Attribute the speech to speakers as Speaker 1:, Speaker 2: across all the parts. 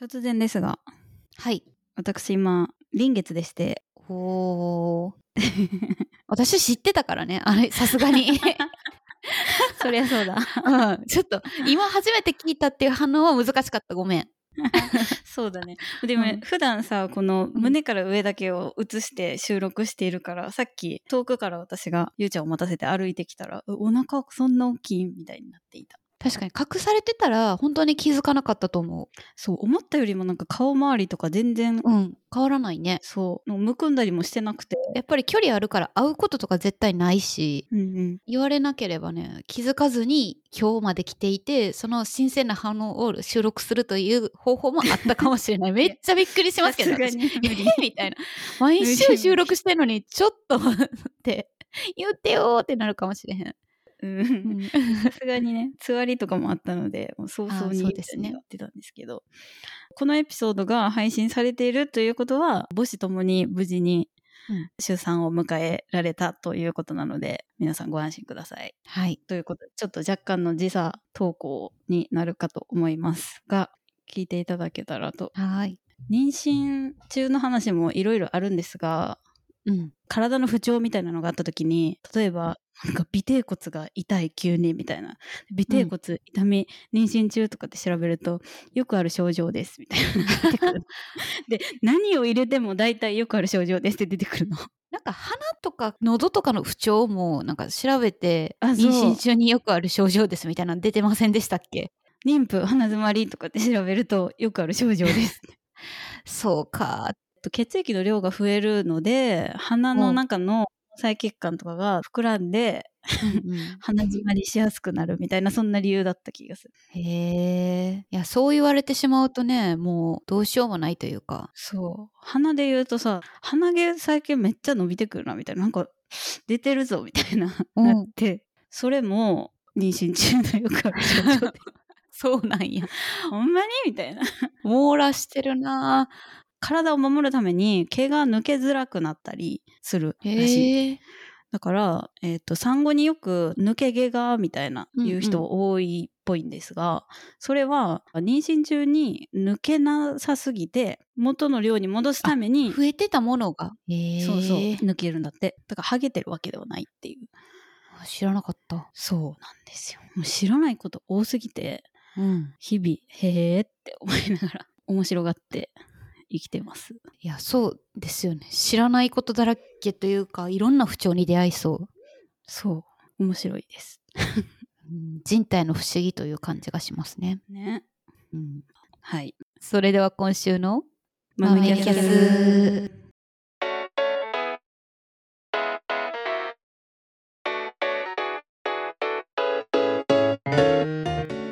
Speaker 1: 突然ですが、
Speaker 2: はい。
Speaker 1: 私今、臨月でして、
Speaker 2: おー。 私知ってたからね、あれ、さすが に。
Speaker 1: そりゃそうだ。
Speaker 2: うんちょっと、今初めて聞いたっていう反応は難しかった。ごめん。
Speaker 1: そうだね。でも、
Speaker 2: うん
Speaker 1: 普段さ、この
Speaker 2: うん
Speaker 1: 胸から上だけを映して収録しているから、さっき遠くから私がゆうちゃんを待たせて歩いてきたら、うお腹そんな大きいみたいになっていた。
Speaker 2: 確かに、隠されてたら、本当に気づかなかったと思
Speaker 1: そう、思ったよりもなんか顔周りとか全然、
Speaker 2: う。うん。変わらないね。
Speaker 1: そう、むくんだりもしてなくて。
Speaker 2: やっぱり距離あるから会うこととか絶対ないし、
Speaker 1: うんうん。
Speaker 2: 言われなければね、気づかずに今日まで来ていて、その新鮮な反応を収録するという方法もあったかもしれない。めっちゃびっくりしますけど、
Speaker 1: さすが
Speaker 2: 私
Speaker 1: に無理
Speaker 2: みたいな。毎
Speaker 1: 無
Speaker 2: 週
Speaker 1: 理
Speaker 2: 収録してんのに、ちょっとって、言ってよーってなるかもしれへん。
Speaker 1: うん。さすがにね、つわりとかもあったので、もう早々に
Speaker 2: あー
Speaker 1: や
Speaker 2: そ
Speaker 1: っ
Speaker 2: うですね
Speaker 1: てたんですけど、このエピソードが配信されているということは、母子ともに無事に
Speaker 2: うん
Speaker 1: 出産を迎えられたということなので、皆さんご安心ください。
Speaker 2: はい。
Speaker 1: ということで、ちょっと若干の時差投稿になるかと思いますが、聞いていただけたらと。
Speaker 2: はい。
Speaker 1: 妊娠中の話もいろいろあるんですが、
Speaker 2: うん。
Speaker 1: 体の不調みたいなのがあった時に例えばなんか尾低骨が痛い急にみたいな尾低骨痛み、妊娠中とかって調べるとよくある症状ですみたいなのが出てくるで何を入れても大体よくある症状ですって出てくるの
Speaker 2: なんか鼻とか喉とかの不調もなんか調べて
Speaker 1: あそ
Speaker 2: 妊
Speaker 1: う
Speaker 2: 娠中によくある症状ですみたいなの出てませんでしたっけ
Speaker 1: 妊婦鼻づまりとかって調べるとよくある症状です
Speaker 2: そうか
Speaker 1: と血液の量が増えるので鼻の中の細血管とかが膨らんで
Speaker 2: ー。
Speaker 1: 鼻づまりしやすくなるみたいなそんな理由だった気がする
Speaker 2: へえ。いや、そう言われてしまうとね、もうどうしようもないというか。
Speaker 1: そう鼻で言うとさ鼻毛最近めっちゃ伸びてくるなみたいななんか出てるぞみたいな
Speaker 2: う ん
Speaker 1: なってそれも妊娠中のよくあ る症状で
Speaker 2: そうなんや。
Speaker 1: ほんまにみたいな
Speaker 2: 網羅してるな
Speaker 1: 体を守るために毛が抜けづらくなったりする
Speaker 2: ぁ
Speaker 1: らしい
Speaker 2: へえ。
Speaker 1: だから、えっと産後によく抜け毛がみたいな
Speaker 2: うんうん
Speaker 1: 言う人多いっぽいんですが、それは妊娠中に抜けなさすぎて元の量に戻すために
Speaker 2: 増えてたものが。へえ。
Speaker 1: そうそう抜けるんだってだからハゲてるわけではないっていう
Speaker 2: 知らなかった。
Speaker 1: そうなんですよ。もう知らないこと多すぎて、
Speaker 2: うん。
Speaker 1: 日々、へえって思いながら、 面白がって生きてます。
Speaker 2: いや、そうですよね。知らないことだらけというか、いろんな不調に出会いそう。
Speaker 1: そう。面白いです。
Speaker 2: うん人体の不思議という感じがしますね。
Speaker 1: ね。
Speaker 2: うん、
Speaker 1: はい。
Speaker 2: それでは今週の
Speaker 1: マミキャ
Speaker 2: マ
Speaker 1: ス。
Speaker 2: ミキャス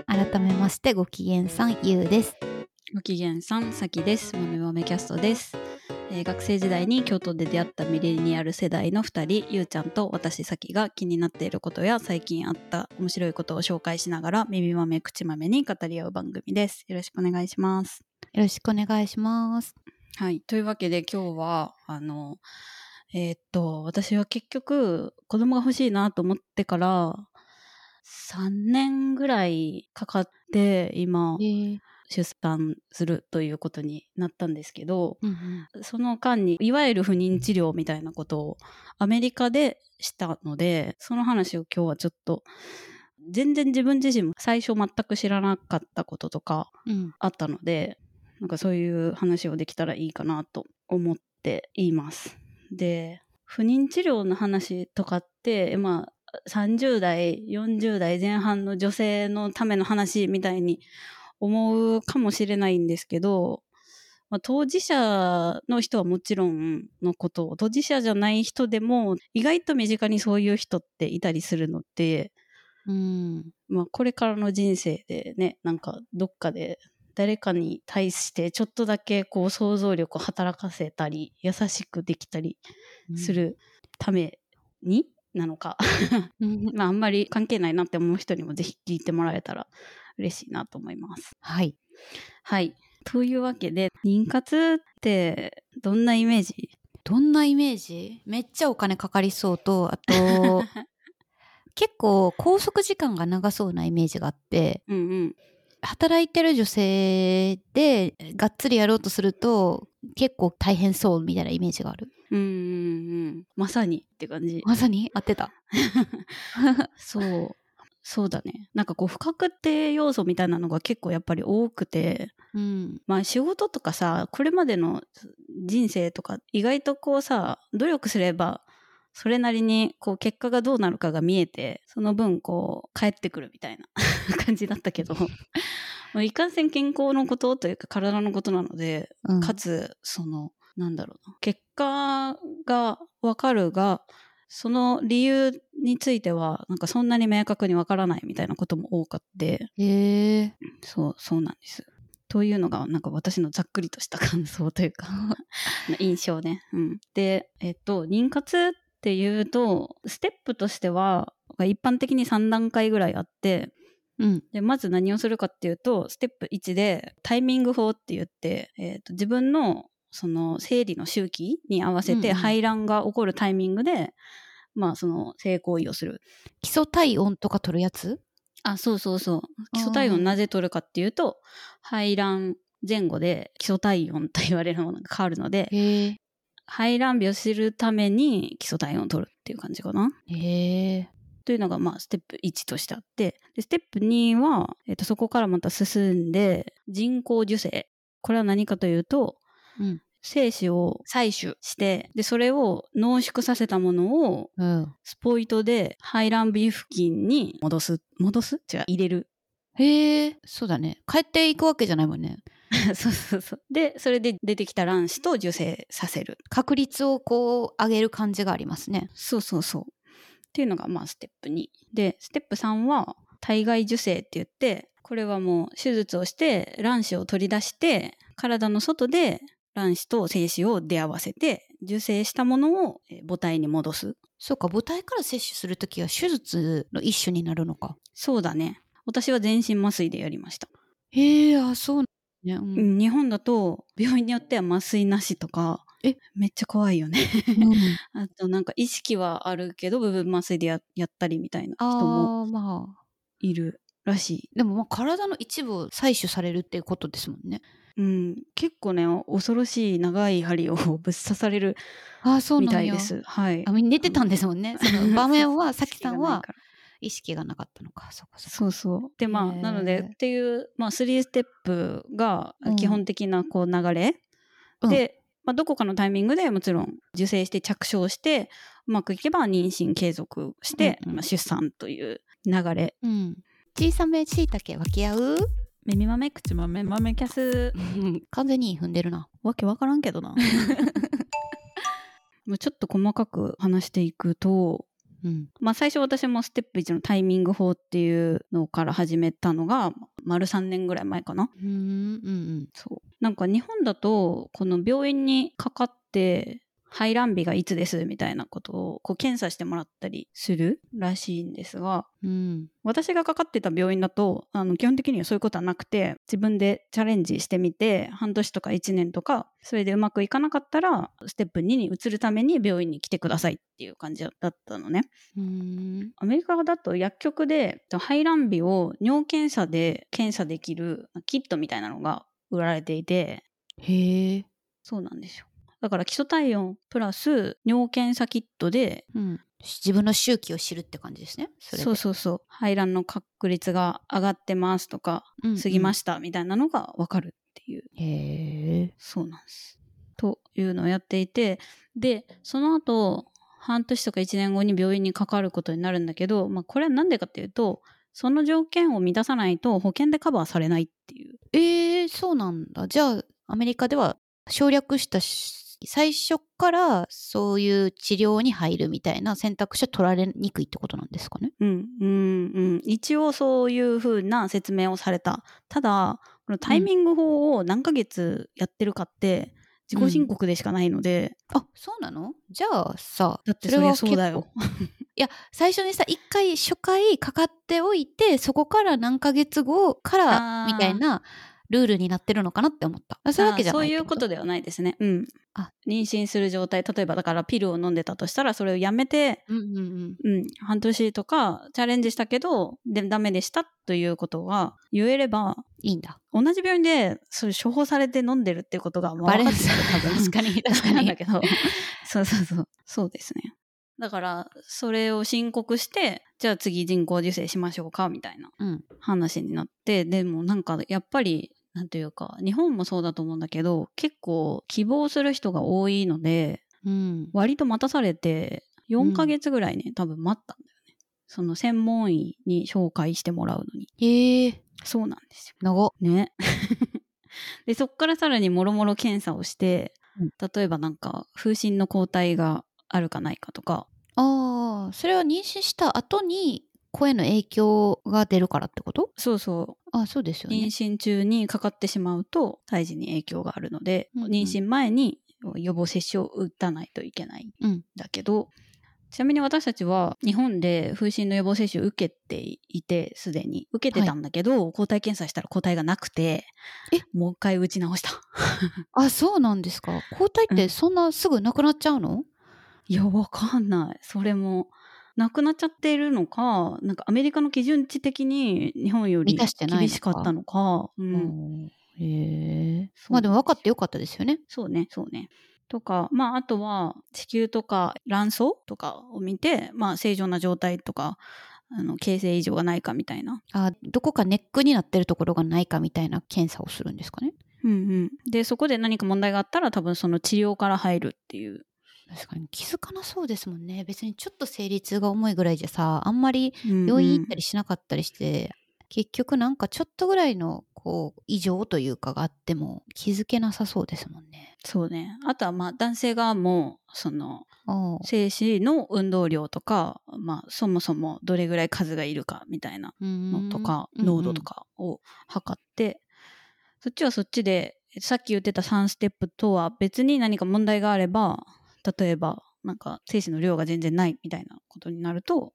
Speaker 2: 改めましてご機嫌さんゆうです。
Speaker 1: ご機嫌さん、さきです。マメマメキャストです。えー学生時代に京都で出会ったミレニアル世代の2人ゆうちゃんと私さきが気になっていることや最近あった面白いことを紹介しながら耳まめ口まめに語り合う番組ですよろしくお願いします
Speaker 2: よろしくお願いします。
Speaker 1: はい。というわけで今日は、あの、えーっと、私は結局子供が欲しいなと思ってから、3年ぐらいかかって今出産するということになったんですけど、
Speaker 2: うん
Speaker 1: その間にいわゆる不妊治療みたいなことをアメリカでしたのでその話を今日はちょっと全然自分自身も最初全く知らなかったこととか
Speaker 2: うん、
Speaker 1: あったのでなんかそういう話をできたらいいかなと思っています。で不妊治療の話とかってまあ30代40代前半の女性のための話みたいに思うかもしれないんですけど、まあ、当事者の人はもちろんのこと当事者じゃない人でも意外と身近にそういう人っていたりするので
Speaker 2: うん、
Speaker 1: まあ、これからの人生でねなんかどっかで誰かに対してちょっとだけこう想像力を働かせたり優しくできたり
Speaker 2: うん
Speaker 1: す。るためになのか、
Speaker 2: うん
Speaker 1: まあ、あんまり関係ないなって思う人にもぜひ聞いてもらえたら嬉しいなと思います。
Speaker 2: はい。
Speaker 1: はいというわけで妊活ってどんなイメー ジ
Speaker 2: どんなイメージめっちゃお金かかりそうと、あ と、結構拘束時間が長そうなイメージがあって、
Speaker 1: うんうん
Speaker 2: 働いてる女性でがっつりやろうとすると結構大変そうみたいなイメージがある
Speaker 1: うんうんうんまさにって感じ
Speaker 2: まさに合ってた
Speaker 1: そうそうだねなんかこう不確定要素みたいなのが結構やっぱり多くて
Speaker 2: うん
Speaker 1: まあ仕事とかさこれまでの人生とか意外とこうさ努力すればそれなりにこう結果がどうなるかが見えてその分こう帰ってくるみたいな 感じだったけどもういかんせん健康のことというか体のことなので
Speaker 2: うん
Speaker 1: かつそのなんだろうな結果がわかるがその理由についてはなんかそんなに明確にわからないみたいなことも多かって
Speaker 2: へえ
Speaker 1: そうそうなんです。というのがなんか私のざっくりとした感想というか 印象ね。うん、で、えっと、妊活っていうとステップとしては一般的に3段階ぐらいあって、
Speaker 2: うん
Speaker 1: でまず何をするかっていうとステップ1でタイミング法って言って、えーと自分のその生理の周期に合わせ
Speaker 2: うんう
Speaker 1: て
Speaker 2: ん
Speaker 1: 排卵が起こるタイミングで、まあその性行為をする
Speaker 2: 基礎体温とか取るやつ
Speaker 1: あそうそうそう基礎体
Speaker 2: あー
Speaker 1: 温なぜ取るかっていうと排卵前後で基礎体温と言われるものが変わるので
Speaker 2: へえ
Speaker 1: 排卵日を知るために基礎体温を取るっていう感じかな。
Speaker 2: へえ
Speaker 1: というのが、まあ、ステップ1としてあって、でステップ2は、えっとそこからまた進んで、人工授精。これは何かというと、
Speaker 2: うん
Speaker 1: 精子を採取して、で、それを濃縮させたものを、
Speaker 2: うん
Speaker 1: スポイトで排卵日付近に戻す。戻す違う、入れる。
Speaker 2: へえそうだね帰っていくわけじゃないもんね
Speaker 1: そうそうそう。で、それで出てきた卵子と受精させる。
Speaker 2: 確率をこう上げる感じがありますね
Speaker 1: そうそうそう。っていうのがまあステップ2。で、ステップ3は体外受精って言って、これはもう手術をして卵子を取り出して、体の外で卵子と精子を出会わせて、受精したものをえー母体に戻す。
Speaker 2: そうか母体から摂取するときは手術の一種になるのか
Speaker 1: そうだね。私は全身麻酔でやりました。
Speaker 2: へえあそうね、うん
Speaker 1: うん日本だと病院によっては麻酔なしとか、
Speaker 2: え
Speaker 1: めっちゃ怖いよ ね。
Speaker 2: うん
Speaker 1: あとなんか意識はあるけど、部分麻酔でややったりみたいな人も
Speaker 2: ああまあ
Speaker 1: いるらしい。
Speaker 2: でもまあ体の一部を採取されるっていうことですもんね
Speaker 1: うん、結構ね恐ろしい長い針を ぶっ刺される
Speaker 2: ああそう
Speaker 1: み
Speaker 2: な
Speaker 1: た
Speaker 2: ん
Speaker 1: い
Speaker 2: や
Speaker 1: です。はい
Speaker 2: あ。寝てたんですもんねそ の場面はさきさんは
Speaker 1: 隙がないから
Speaker 2: 意識がなかったのかそこそこ
Speaker 1: そうそう。でまあ
Speaker 2: へえ
Speaker 1: なのでっていう、まあ、3ステップが
Speaker 2: うん
Speaker 1: 基本的なこう流れ、
Speaker 2: うん
Speaker 1: で、まあ、どこかのタイミングでもちろん受精して着床してうまくいけば妊娠継続して、
Speaker 2: うんうん
Speaker 1: まあ、出産という流れ。
Speaker 2: うん小さめしいたけ分け合う
Speaker 3: 耳豆口豆豆キャス
Speaker 2: 完全に踏んでるな
Speaker 3: わけわからんけ どな
Speaker 1: まあちょっと細かく話していくと
Speaker 2: うん
Speaker 1: まあ、最初私もステップ1のタイミング法っていうのから始めたのが丸3年ぐらい前かな
Speaker 2: うんうん
Speaker 1: そうなんか日本だとこの病院にかかって排卵日がいつですみたいなことをこう検査してもらったりするらしいんですが
Speaker 2: うんうん
Speaker 1: 私がかかってた病院だとあの基本的にはそういうことはなくて自分でチャレンジしてみて半年とか1年とかそれでうまくいかなかったらステップ2に移るために病院に来てくださいっていう感じだったのね。
Speaker 2: うん
Speaker 1: アメリカだと薬局で排卵日を尿検査で検査できるキットみたいなのが売られていて
Speaker 2: へえ
Speaker 1: そうなんですよだから基礎体温プラス尿検査キットで
Speaker 2: うん自分の周期を知るって感じですねそれで
Speaker 1: そうそうそう排卵の確率が上がってますとか
Speaker 2: うんうん
Speaker 1: 過ぎましたみたいなのが分かるっていう、
Speaker 2: へえ
Speaker 1: そうなんですというのをやっていてでその後半年とか1年後に病院にかかることになるんだけど、まあ、これは何でかっていうとその条件を満たさないと保険でカバーされないっていう
Speaker 2: えー、そうなんだ。じゃあ、アメリカでは省略したし、最初からそういう治療に入るみたいな選択肢は取られにくいってことなんですかね。
Speaker 1: うん、うん、うん。一応そういう風な説明をされた。ただ、このタイミング法を何ヶ月やってるかって、自己申告でしかないので、
Speaker 2: あ、そうなのじゃあさ、
Speaker 1: だってそれは
Speaker 2: 結
Speaker 1: そ
Speaker 2: 構
Speaker 1: うだよ。
Speaker 2: いや、最初にさ、一回、初回かかっておいて、そこから何ヶ月後から
Speaker 1: あー
Speaker 2: みたいなルールになってるのかなって思った。あそういうわけじゃな
Speaker 1: あ
Speaker 2: い
Speaker 1: そういうことではないですね。うん。
Speaker 2: あ
Speaker 1: 妊娠する状態、例えばだからピルを飲んでたとしたら、それをやめて、
Speaker 2: うんうんうん。
Speaker 1: うん、半年とかチャレンジしたけど、で、ダメでしたということが言えれば、
Speaker 2: いいんだ。
Speaker 1: 同じ病院で、それ処方されて飲んでるっていうことが、まあ、
Speaker 2: バレ
Speaker 1: 分
Speaker 2: ン
Speaker 1: かってる多分
Speaker 2: 確かに、確か
Speaker 1: なん
Speaker 2: に。
Speaker 1: だけど。 そうそうそう。そうですね。だから、それを申告して、じゃあ次人工授精しましょうか、みたいな
Speaker 2: うん。
Speaker 1: 話になって、でもなんかやっぱり、なんというか、日本もそうだと思うんだけど、結構希望する人が多いので、
Speaker 2: うん。
Speaker 1: 割と待たされて、4ヶ月ぐらいね、多分待ったんだよね。その専門医に紹介してもらうのに。
Speaker 2: へえー、
Speaker 1: そうなんですよ。
Speaker 2: 長っ。
Speaker 1: ね。 で、そっからさらにもろもろ検査をして、
Speaker 2: うん
Speaker 1: 例えばなんか、風疹の抗体があるかないかとか、
Speaker 2: ああ、それは妊娠した後に声の影響が出るからってこと
Speaker 1: そうそ
Speaker 2: あそうです
Speaker 1: う、
Speaker 2: よ
Speaker 1: 妊
Speaker 2: ね。
Speaker 1: 娠中にかかってしまうと、胎児に影響があるので、
Speaker 2: うんうん
Speaker 1: 妊娠前に予防接種を打たないといけないん
Speaker 2: うん。
Speaker 1: だけど、ちなみに私たちは日本で風疹の予防接種を受けていて、すでに受けてたんだけど、抗体検査したら抗体がなくて
Speaker 2: え、
Speaker 1: もう一回打ち直した。
Speaker 2: あそうなんですか。抗体っ
Speaker 1: う
Speaker 2: てそんなすぐなくなっちゃうの、
Speaker 1: いや、わかんない。それも、なくなっちゃっているのか、なんかアメリカの基準値的に日本より
Speaker 2: 満たしてない
Speaker 1: 厳
Speaker 2: のか
Speaker 1: しかったのか、う、
Speaker 2: うんん、へえ。
Speaker 1: そう
Speaker 2: まあでも分かってよかったですよね。
Speaker 1: そうね、そうね。とか、まあ、あとは、子宮とか卵巣とかを見て、まあ、正常な状態とか、あの、形成異常がないかみたいな。
Speaker 2: あどこかネックになってるところがないかみたいな検査をするんですかね。
Speaker 1: うんうん。で、そこで何か問題があったら、多分その治療から入るっていう。
Speaker 2: 確かに気づかなそうですもんね。別にちょっと生理痛が重いぐらいじゃさ、あんまり
Speaker 1: うんうん
Speaker 2: 病院行ったりしなかったりして、結局なんかちょっとぐらいのこう異常というかがあっても気づけなさそうですもんね。
Speaker 1: そうね。あとは、まあ、男性側も、その、
Speaker 2: ああ
Speaker 1: 精子の運動量とか、まあ、そもそもどれぐらい数がいるかみたいなのとか、
Speaker 2: うん
Speaker 1: 濃度とかを測って、そっちはそっちでさっき言ってた3ステップとは別に何か問題があれば例えばなんか精子の量が全然ないみたいなことになると、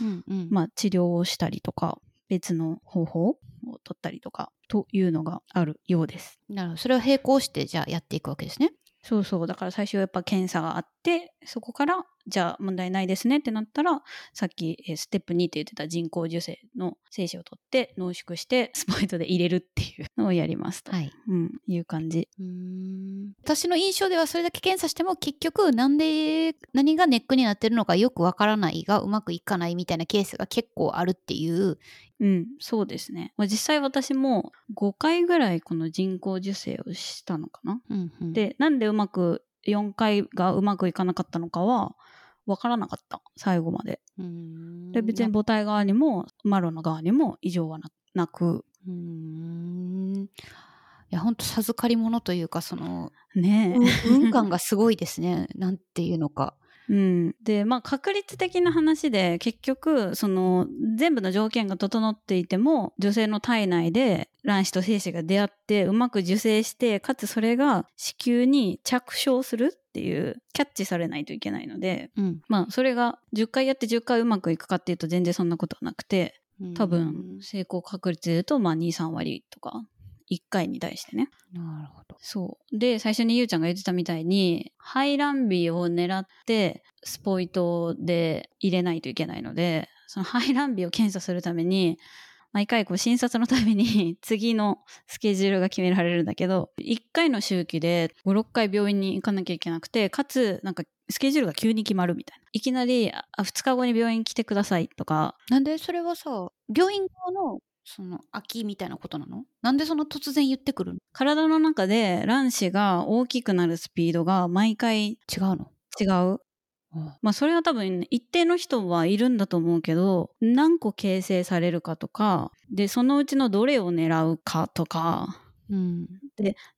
Speaker 2: うんうん
Speaker 1: まあ、治療をしたりとか別の方法を取ったりとかというのがあるようです。
Speaker 2: なるほどそれを並行してじゃあやっていくわけですね。
Speaker 1: そうそう。だから最初はやっぱ検査があって、そこから、じゃあ問題ないですねってなったら、さっき、えーステップ2って言ってた人工授精の精子を取って、濃縮して、スポイトで入れるっていうのをやりますと。
Speaker 2: はい、
Speaker 1: うん、いう感じ。
Speaker 2: うーん私の印象ではそれだけ検査しても結局なんで何がネックになってるのかよくわからないがうまくいかないみたいなケースが結構あるっていう
Speaker 1: うん、そうですね。まあ、実際私も5回ぐらいこの人工授精をしたのかな。
Speaker 2: で
Speaker 1: で、なんでうまく、4回がうまくいかなかったのかは、わからなかった。最後まで。で、別に
Speaker 2: う
Speaker 1: 母体側にも、マロの側にも異常はななく、
Speaker 2: ーんいやほんと授かり物というかその
Speaker 1: ねえ。
Speaker 2: 運感がすごいです ねなんていうのか。
Speaker 1: うん、でまあ確率的な話で結局その全部の条件が整っていても女性の体内で卵子と精子が出会ってうまく受精してかつそれが子宮に着床するっていうキャッチされないといけないので
Speaker 2: うん
Speaker 1: まあそれが10回やって10回うまくいくかっていうと全然そんなことはなくて多分成功確率で言うとまあ23割とか1回に対してね。
Speaker 2: なるほど。
Speaker 1: そう。で、最初にゆうちゃんが言ってたみたいに、排卵日を狙って、スポイトで入れないといけないので、その排卵日を検査するために、毎回こう診察のために 次のスケジュールが決められるんだけど、1回の周期で5、6回病院に行かなきゃいけなくて、かつ、なんかスケジュールが急に決まるみたいな。いきなり、あ、2日後に病院来てくださいとか、
Speaker 2: なんでそれはさ病院側のその空きみたいなことなのなんでその突然言ってくるの
Speaker 1: 体の中で卵子が大きくなるスピードが毎回
Speaker 2: 違うの
Speaker 1: 違うまあそれは多分一定の人はいるんだと思うけど何個形成されるかとかでそのうちのどれを狙うかとか
Speaker 2: うん、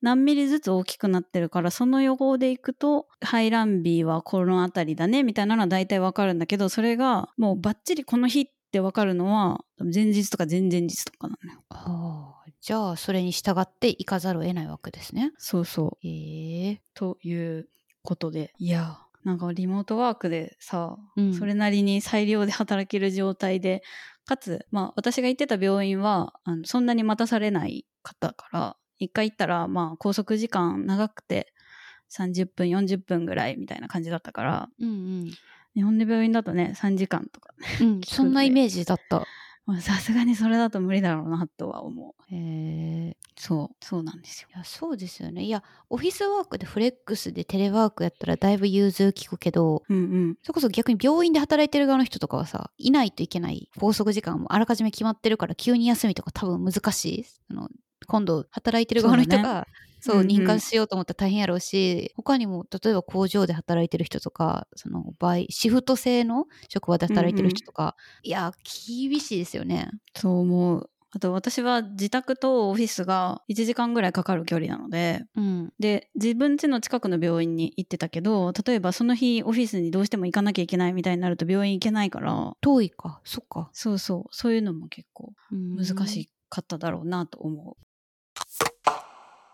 Speaker 1: 何ミリずつ大きくなってるからその予防でいくと排卵日はこの辺りだねみたいなのは大体わかるんだけどそれがもうバッチリこの日ってわかるのは前日とか前々日とかなのよ。
Speaker 2: ああじゃあそれに従って行かざるを得ないわけですね。
Speaker 1: そうそう
Speaker 2: ええ
Speaker 1: ということでいやーなんかリモートワークでさ、
Speaker 2: うん
Speaker 1: それなりに裁量で働ける状態で、かつ、まあ私が行ってた病院は、あのそんなに待たされない方から、一回行ったら、まあ拘束時間長くて30分、40分ぐらいみたいな感じだったから、
Speaker 2: うん
Speaker 1: 日本の病院だとね、3時間とか。
Speaker 2: うん、うん、そんなイメージだった。
Speaker 1: まあさすがにそれだと無理だろうなとは思う。
Speaker 2: へえ
Speaker 1: そう、そうなんですよ。
Speaker 2: いやそうですよねいやオフィスワークでフレックスでテレワークやったらだいぶ融通きくけど
Speaker 1: うんうん。
Speaker 2: それこそ逆に病院で働いてる側の人とかはさいないといけない拘束時間もあらかじめ決まってるから急に休みとか多分難しいあの今度働いてる側の人がそう,、
Speaker 1: うんうん
Speaker 2: 認可しようと思ったら大変やろうし他にも例えば工場で働いてる人とかその倍シフト制の職場で働いてる人とか、いや厳しいですよね。
Speaker 1: そう思う。あと私は自宅とオフィスが1時間ぐらいかかる距離なので、
Speaker 2: うん、
Speaker 1: で自分家の近くの病院に行ってたけど例えばその日オフィスにどうしても行かなきゃいけないみたいになると病院行けないから
Speaker 2: 遠いかそっか
Speaker 1: そうそうそういうのも結構難しかっただろうなと思う。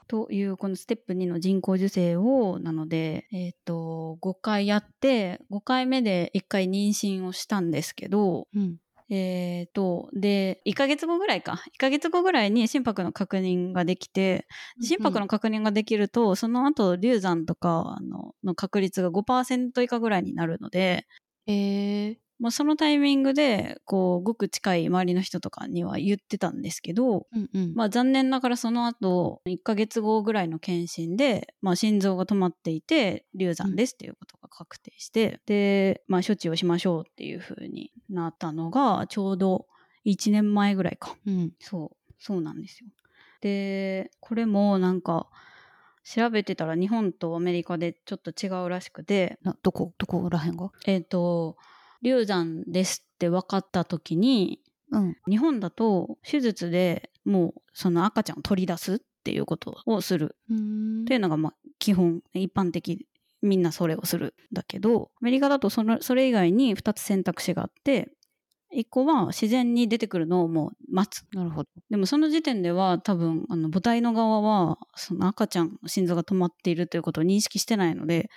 Speaker 1: というこのステップ2の人工授精をなので、えっと5回やって5回目で1回妊娠をしたんですけど、
Speaker 2: うん
Speaker 1: えー、と、で、1ヶ月後ぐらいか。1ヶ月後ぐらいに心拍の確認ができて、
Speaker 2: うん
Speaker 1: 心拍の確認ができると、その後、流産とかあのの確率が5%以下ぐらいになるので、
Speaker 2: えー、
Speaker 1: まあ、そのタイミングで、こう、ごく近い周りの人とかには言ってたんですけど、
Speaker 2: うんうん
Speaker 1: まあ残念ながらその後、1ヶ月後ぐらいの検診で、まあ心臓が止まっていて、流産ですっていうことが確定して、で、まあ処置をしましょうっていう風になったのが、ちょうど1年前ぐらいか。
Speaker 2: うん
Speaker 1: そう、そうなんですよ。で、これもなんか、調べてたら日本とアメリカでちょっと違うらしくて、
Speaker 2: などこどこらへんが
Speaker 1: えっ、と、流産ですって分かった時に、
Speaker 2: うん
Speaker 1: 日本だと手術でもうその赤ちゃんを取り出すっていうことをする
Speaker 2: うん
Speaker 1: というのがまあ基本一般的みんなそれをするんだけどアメリカだとそのそれ以外に2つ選択肢があって1個は自然に出てくるのをもう待つ
Speaker 2: なるほど
Speaker 1: でもその時点では多分あの母体の側はその赤ちゃんの心臓が止まっているということを認識してないので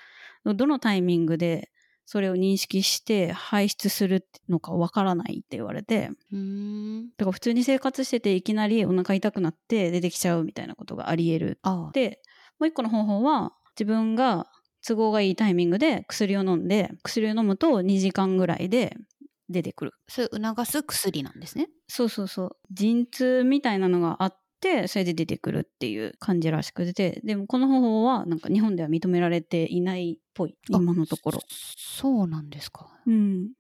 Speaker 1: どのタイミングでそれを認識して排出するのかわからないって言われて
Speaker 2: うん
Speaker 1: だから普通に生活してていきなりお腹痛くなって出てきちゃうみたいなことがありえる。
Speaker 2: ああ
Speaker 1: でもう一個の方法は自分が都合がいいタイミングで薬を飲んで薬を飲むと2時間ぐらいで出てくる。
Speaker 2: それ促す薬なんですね
Speaker 1: そうそうそう陣痛みたいなのがあってそれで出てくるっていう感じらしくてでもこの方法はなんか日本では認められていないっぽい
Speaker 2: あ
Speaker 1: 今のところ。
Speaker 2: そそうなんですか、
Speaker 1: うん、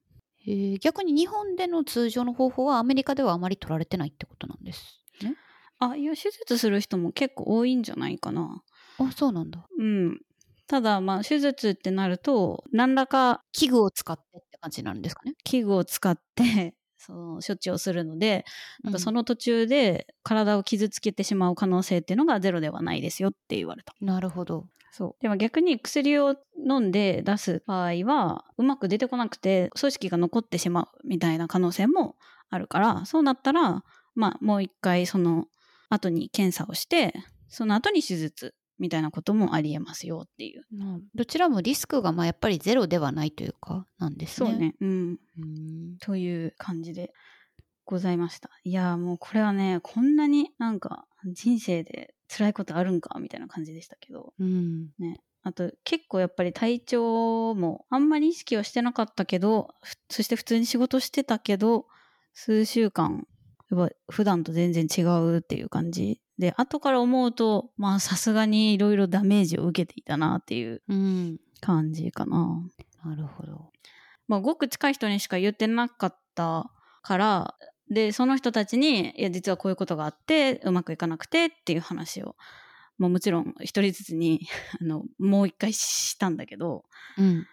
Speaker 2: えー逆に日本での通常の方法はアメリカではあまり取られてないってことなんですね
Speaker 1: ああいう手術する人も結構多いんじゃないかな。
Speaker 2: あそうなんだ
Speaker 1: うん、ただまあ手術ってなると何らか
Speaker 2: 器具を使ってって感じなんですかね
Speaker 1: 器具を使って その処置をするのでなんかそ
Speaker 2: の、
Speaker 1: の途中で体を傷つけてしまう可能性っていうのがゼロではないですよって言われた
Speaker 2: なるほど
Speaker 1: そうでも逆に薬を飲んで出す場合はうまく出てこなくて組織が残ってしまうみたいな可能性もあるからそうなったらまあもう一回その後に検査をしてその後に手術みたいなこともありえますよっていう。
Speaker 2: などちらもリスクがまあやっぱりゼロではないというかなんです
Speaker 1: そう
Speaker 2: ね
Speaker 1: ねうん、
Speaker 2: うん
Speaker 1: という感じでございました。いやーもうこれはね、こんなになんか人生で辛いことあるんかみたいな感じでしたけど。
Speaker 2: うん
Speaker 1: あと結構やっぱり体調もあんまり意識はしてなかったけど、ふそして普通に仕事してたけど、数週間、やっぱ普段と全然違うっていう感じ。で、後から思うと、まあさすがにいろいろダメージを受けていたなっていう
Speaker 2: うん
Speaker 1: 感じかな。
Speaker 2: なるほど
Speaker 1: まあ、ごく近い人にしか言ってなかったからでその人たちにいや実はこういうことがあってうまくいかなくてっていう話を、まあ、もちろん一人ずつに あのもう一回したんだけど
Speaker 2: うん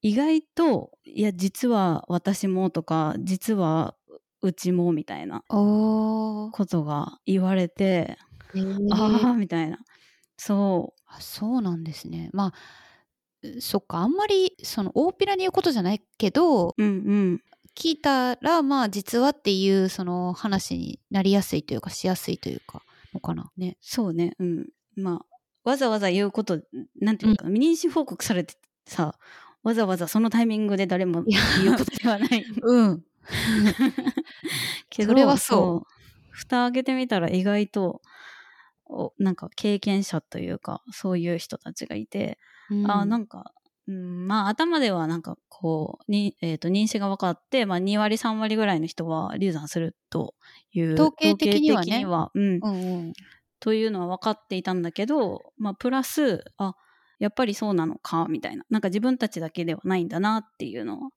Speaker 1: 意外といや実は私もとか実はうちもみたいな
Speaker 2: あ
Speaker 1: ことが言われて、
Speaker 2: ー、え
Speaker 1: ああみたいなそ
Speaker 2: あそうなんですねまあうそっかあんまりその大っぴらに言うことじゃないけど
Speaker 1: ううんうん
Speaker 2: 聞いたらまあ実はっていうその話になりやすいというかしやすいというかのかなね
Speaker 1: そうね、うん。まあ、わざわざ言うこと、なんていうのかな、妊娠報告されてさ、わざわざそのタイミングで誰も
Speaker 2: いや
Speaker 1: 言うことでは ない。
Speaker 2: うん。
Speaker 1: けど
Speaker 2: それはそう
Speaker 1: 蓋開けてみたら意外とおなんか経験者というかそういう人たちがいて、あなんんか、うん、まあ頭ではなんかこうに、えー、と認識が分かって、まあ、2割3割ぐらいの人は流産するという
Speaker 2: 統計的にはね
Speaker 1: 統計的にはうん、
Speaker 2: うんうん。
Speaker 1: というのは分かっていたんだけど、まあ、プラスあやっぱりそうなのかみたいななんか自分たちだけではないんだなっていうのを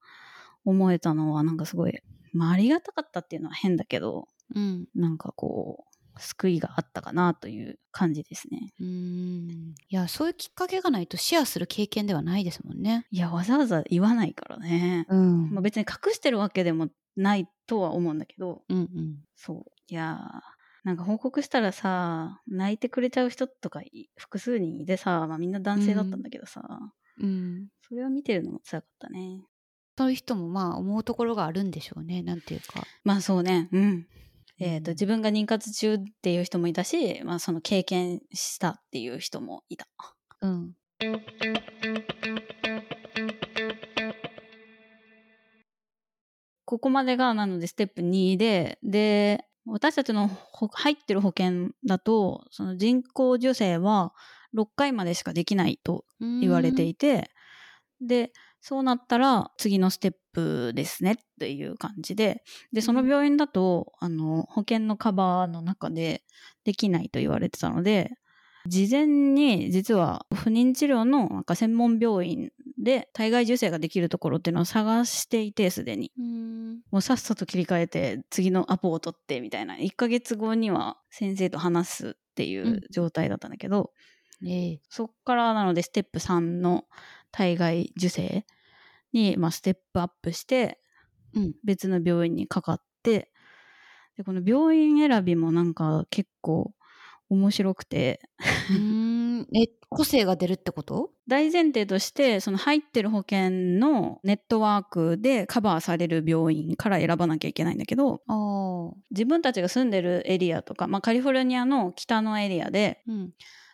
Speaker 1: 思えたのはなんかすごい、まあ、ありがたかったっていうのは変だけど
Speaker 2: うん。
Speaker 1: なんかこう救いがあったかなという感じですね。
Speaker 2: うーんいやそういうきっかけがないとシェアする経験ではないですもんね。
Speaker 1: いやわざわざ言わないからね、
Speaker 2: うん
Speaker 1: まあ、別に隠してるわけでもないとは思うんだけど
Speaker 2: うんうん、
Speaker 1: そういやーなんか報告したらさ泣いてくれちゃう人とかい複数人でさ、まあ、みんな男性だったんだけどさ、
Speaker 2: うん、
Speaker 1: それを見てるのも辛かったね。
Speaker 2: そういう人もまあ思うところがあるんでしょうねなんていうか。
Speaker 1: まあそうね。うん。えっ、と、
Speaker 2: うん
Speaker 1: 自分が妊活中っていう人もいたし、まあその経験したっていう人もいた。
Speaker 2: うん、
Speaker 1: ここまでが、なのでステップ2で、で、私たちのほ入ってる保険だと、その人工授精は6回までしかできないと言われて
Speaker 2: い
Speaker 1: いて、でそうなったら次のステップですねっていう感じででその病院だとあの保険のカバーの中でできないと言われてたので事前に実は不妊治療のなんか専門病院で体外受精ができるところっていうのを探していてすでに
Speaker 2: うん
Speaker 1: もうさっさと切り替えて次のアポを取ってみたいな1ヶ月後には先生と話すっていう状態だったんだけど、
Speaker 2: ええ
Speaker 1: そこからなのでステップ3の体外受精に、まあ、ステップアップして
Speaker 2: うん
Speaker 1: 別の病院にかかってでこの病院選びもなんか結構面白くて
Speaker 2: うーんえ個性が出るってこと
Speaker 1: 大前提としてその入ってる保険のネットワークでカバーされる病院から選ばなきゃいけないんだけど
Speaker 2: ああ、
Speaker 1: 自分たちが住んでるエリアとか、まあ、カリフォルニアの北のエリアで
Speaker 2: うん、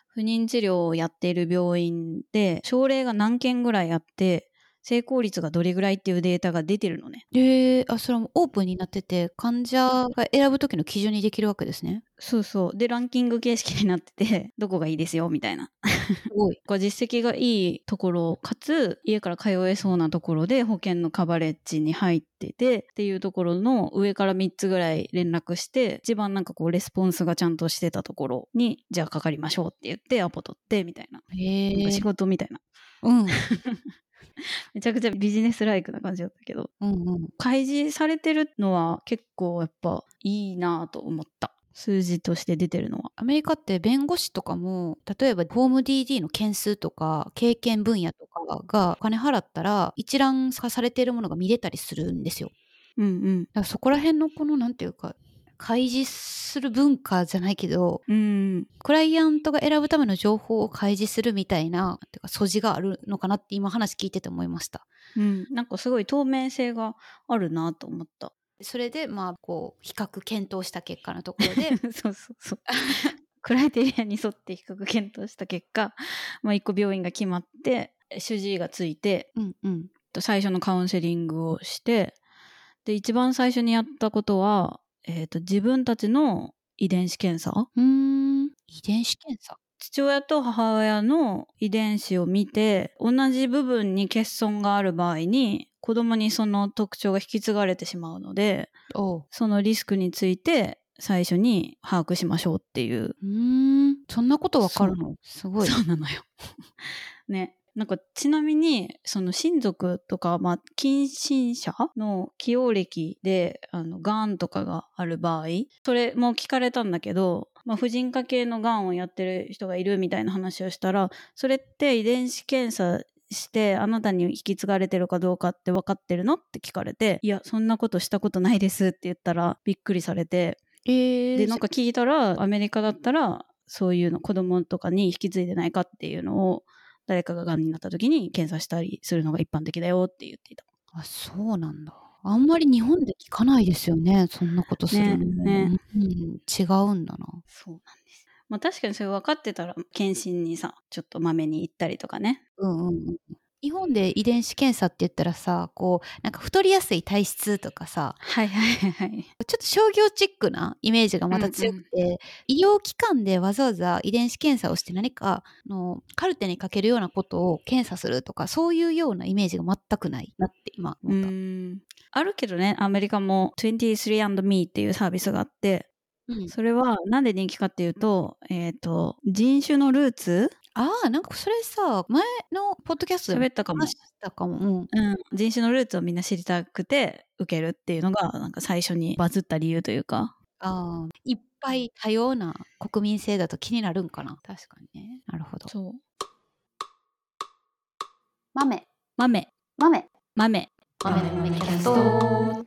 Speaker 1: 不妊治療をやっている病院で症例が何件ぐらいあって成功率がどれぐらいっていうデータが出てるのね
Speaker 2: ええあそれもオープンになってて患者が選ぶ時の基準にできるわけですね。
Speaker 1: そうそうでランキング形式になってて どこがいいですよみたいな
Speaker 2: すごい。
Speaker 1: こう実績がいいところかつ家から通えそうなところで保険のカバレッジに入っててっていうところの上から3つぐらい連絡して一番なんかこうレスポンスがちゃんとしてたところにじゃあかかりましょうって言ってアポ取ってみたいな
Speaker 2: え
Speaker 1: なんか仕
Speaker 2: え
Speaker 1: 事みたいな
Speaker 2: うん
Speaker 1: めちゃくちゃビジネスライクな感じだったけど
Speaker 2: うんうん。
Speaker 1: 開示されてるのは結構やっぱいいなぁと思った数字として出てるのは
Speaker 2: アメリカって弁護士とかも例えばホーム DD の件数とか経験分野とかがお金払ったら一覧化されているものが見れたりするんですよ。
Speaker 1: うん
Speaker 2: だからそこら辺のこのなんていうか開示する文化じゃないけど
Speaker 1: うんうん
Speaker 2: クライアントが選ぶための情報を開示するみたいなてか素地があるのかなって今話聞いてて思いました。
Speaker 1: うんなんかすごい透明性があるなぁと思った
Speaker 2: それでまあこう比較検討した結果のところで
Speaker 1: そうそうそうクライテリアに沿って比較検討した結果、まあ、一個病院が決まって主治医がついて
Speaker 2: うんうん
Speaker 1: えっと最初のカウンセリングをしてで一番最初にやったことは、えっと自分たちの遺伝子検査
Speaker 2: うーん遺伝子検査
Speaker 1: 父親と母親の遺伝子を見て同じ部分に欠損がある場合に子供にその特徴が引き継がれてしまうので
Speaker 2: おう
Speaker 1: そのリスクについて最初に把握しましょうっていう
Speaker 2: うーんそんなことわかるのすごい。
Speaker 1: そうなのよ。 ね。なんかちなみにその親族とか、まあ、近親者の起用歴であのがんとかがある場合それも聞かれたんだけど、まあ、婦人科系のがんをやってる人がいるみたいな話をしたらそれって遺伝子検査してあなたに引き継がれてるかどうかって分かってるのって聞かれて「いやそんなことしたことないです」って言ったらびっくりされて
Speaker 2: え
Speaker 1: でなんか聞いたらアメリカだったらそういうの子供とかに引き継いでないかっていうのを誰かががんになった時に検査したりするのが一般的だよって言っていた。
Speaker 2: あそうなんだあんまり日本で聞かないですよねそんなことするの
Speaker 1: ねね
Speaker 2: うん、違うんだな
Speaker 1: そうなんです。まあ確かにそれ分かってたら検診にさちょっとまめに行ったりとかね
Speaker 2: うんうんうん日本で遺伝子検査って言ったらさこうなんか太りやすい体質とかさ
Speaker 1: はいはいはい。
Speaker 2: ちょっと商業チックなイメージがまた強くて、医療機関でわざわざ遺伝子検査をして何かあのカルテにかけるようなことを検査するとかそういうようなイメージが全くないなって今
Speaker 1: う
Speaker 2: 思った。
Speaker 1: ん。あるけどね、アメリカも 23andMe っていうサービスがあって、
Speaker 2: うん
Speaker 1: それはなんで人気かっていうと、えっ、と、人種のルーツ
Speaker 2: ああなんかそれさ前のポッドキャストでも
Speaker 1: 喋ったかも
Speaker 2: 話。したかも。うん
Speaker 1: うん、人種のルーツをみんな知りたくて受けるっていうのがなんか最初にバズった理由というか
Speaker 2: あーいっぱい多様な国民性だと気になるんかな確かにねなるほど
Speaker 1: そう
Speaker 2: 豆
Speaker 1: 豆
Speaker 2: 豆
Speaker 1: 豆
Speaker 2: 豆の豆キャスト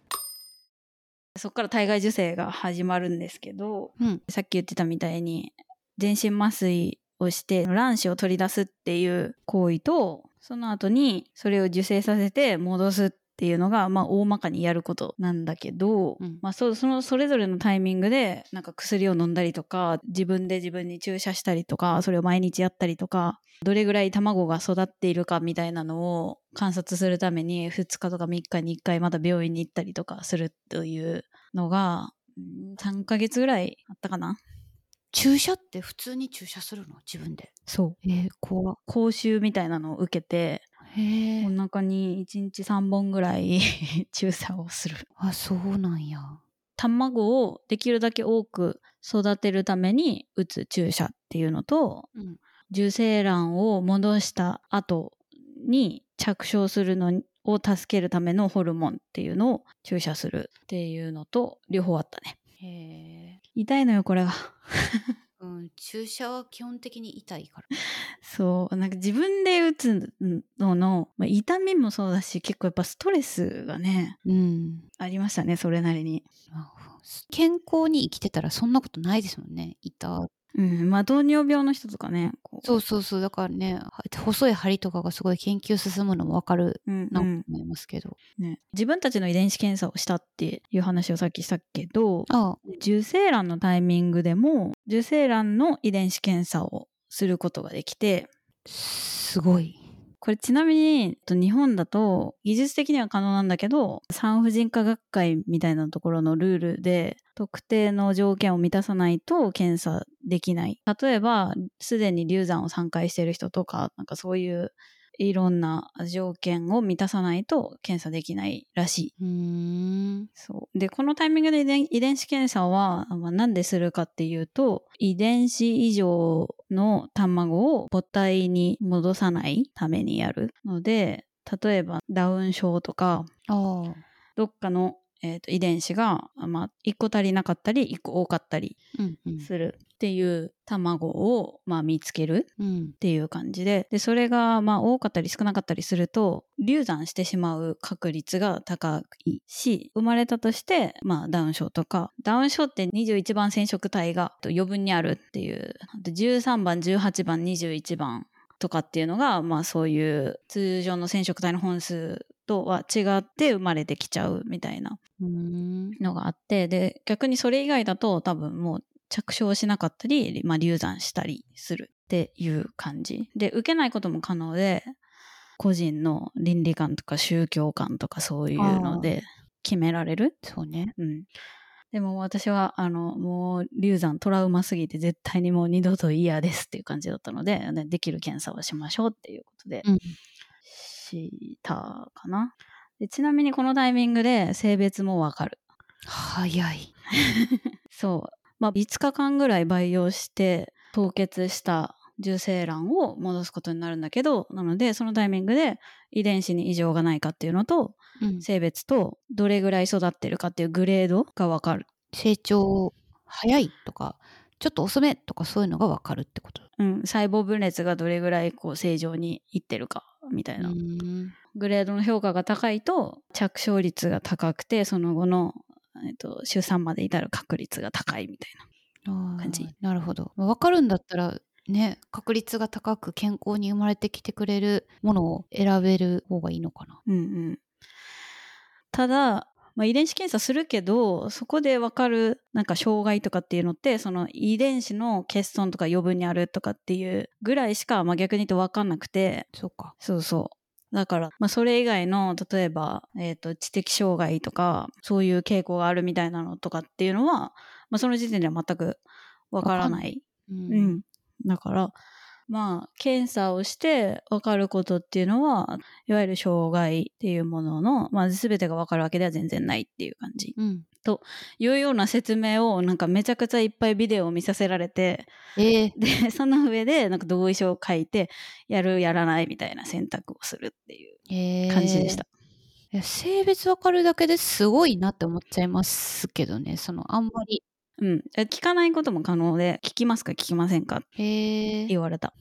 Speaker 1: そこから体外受精が始まるんですけど
Speaker 2: うん
Speaker 1: さっき言ってたみたいに全身麻酔をして卵子を取り出すっていう行為とその後にそれを受精させて戻すっていうのが、まあ、大まかにやることなんだけど、
Speaker 2: うん
Speaker 1: まあ、そうそのそれぞれのタイミングでなんか薬を飲んだりとか自分で自分に注射したりとかそれを毎日やったりとかどれぐらい卵が育っているかみたいなのを観察するために2日とか3日に1回また病院に行ったりとかするというのがうん3ヶ月ぐらいあったかな
Speaker 2: 注射って普通に注射するの自分で
Speaker 1: そう
Speaker 2: えー、怖っ
Speaker 1: 講習みたいなのを受けて
Speaker 2: へえ
Speaker 1: お腹に1日3本ぐらい 注射をする
Speaker 2: あそうなんや
Speaker 1: 卵をできるだけ多く育てるために打つ注射っていうのと、
Speaker 2: うん
Speaker 1: 受精卵を戻した後に着床するのを助けるためのホルモンっていうのを注射するっていうのと両方あったね
Speaker 2: へえ、
Speaker 1: 痛いのよこれが
Speaker 2: うん、注射は基本的に痛いから
Speaker 1: そうなんか自分で打つのの、まあ、痛みもそうだし結構やっぱストレスがね
Speaker 2: うん
Speaker 1: ありましたねそれなりに。
Speaker 2: まあ健康に生きてたらそんなことないですもんね痛
Speaker 1: うん、まあ糖尿病の人とかねこう
Speaker 2: そうそうそうだからねは細い針とかがすごい研究進むのもわかる
Speaker 1: うんう
Speaker 2: なと
Speaker 1: ん
Speaker 2: 思いますけど、
Speaker 1: ね、自分たちの遺伝子検査をしたっていう話をさっきしたけど
Speaker 2: ああ
Speaker 1: 受精卵のタイミングでも受精卵の遺伝子検査をすることができて
Speaker 2: すごい
Speaker 1: これちなみにえっと日本だと技術的には可能なんだけど産婦人科学会みたいなところのルールで特定の条件を満たさないと検査できない例えばすでに流産を3回してる人とかなんかそういういろんな条件を満たさないと検査できないらしいう
Speaker 2: ーん
Speaker 1: そうでこのタイミングで遺伝遺伝子検査は、まあ、何でするかっていうと遺伝子異常の卵を母体に戻さないためにやるので例えばダウン症とか
Speaker 2: ああ
Speaker 1: どっかの、えーと遺伝子が、まあ、1個足りなかったり1個多かったり
Speaker 2: うんうん
Speaker 1: するっていう卵を、まあ、見つける
Speaker 2: うん
Speaker 1: っていう感じででそれがまあ多かったり少なかったりすると流産してしまう確率が高いし生まれたとして、まあ、ダウン症とかダウン症って21番染色体がと余分にあるっていうあと13番18番21番とかっていうのが、まあ、そういう通常の染色体の本数とは違って生まれてきちゃうみたいな
Speaker 2: うーん
Speaker 1: のがあってで逆にそれ以外だと多分もう着床しなかったり、まあ、流産したりするっていう感じで受けないことも可能で個人の倫理観とか宗教観とかそういうので決められる、
Speaker 2: そうね
Speaker 1: うん、でも私はあのもう流産トラウマすぎて絶対にもう二度と嫌ですっていう感じだったのでねできる検査をしましょうっていうことで
Speaker 2: うん
Speaker 1: したかなでちなみにこのタイミングで性別もわかる
Speaker 2: 早い
Speaker 1: そう。まあ、5日間ぐらい培養して凍結した受精卵を戻すことになるんだけど、なので、そのタイミングで遺伝子に異常がないかっていうのと、
Speaker 2: うん
Speaker 1: 性別とどれぐらい育ってるかっていうグレードがわかる。
Speaker 2: 成長早いとかちょっと遅めとかそういうのがわかるってこと
Speaker 1: うん、細胞分裂がどれぐらいこう正常にいってるかみたいな。
Speaker 2: ん
Speaker 1: グレードの評価が高いと着床率が高くて、その後の、えっと、出産まで至る確率が高いみたいな。
Speaker 2: あ
Speaker 1: 感じ
Speaker 2: ーなるほどまあわかるんだったらね確率が高く健康に生まれてきてくれるものを選べる方がいいのかな
Speaker 1: うんうん、ただ、まあ、遺伝子検査するけどそこで分かるなんか障害とかっていうのってその遺伝子の欠損とか余分にあるとかっていうぐらいしか、まあ、逆に言うと分かんなくて
Speaker 2: そうか
Speaker 1: そうそうだから、まあ、それ以外の例えば、えー、と知的障害とかそういう傾向があるみたいなのとかっていうのは、まあ、その時点では全くわからない。
Speaker 2: うん
Speaker 1: うん、だからまあ検査をして分かることっていうのはいわゆる障害っていうものの、まあ、全てが分かるわけでは全然ないっていう感じ
Speaker 2: うん
Speaker 1: いうような説明をなんかめちゃくちゃいっぱいビデオを見させられて
Speaker 2: ええ
Speaker 1: でその上でなんか同意書を書いてやるやらないみたいな選択をするっていう
Speaker 2: ええ
Speaker 1: 感じでした。
Speaker 2: いや性別わかるだけですごいなって思っちゃいますけどねそのあんまり
Speaker 1: うん、え聞かないことも可能で聞きますか聞きませんかって
Speaker 2: ええ
Speaker 1: 言われた。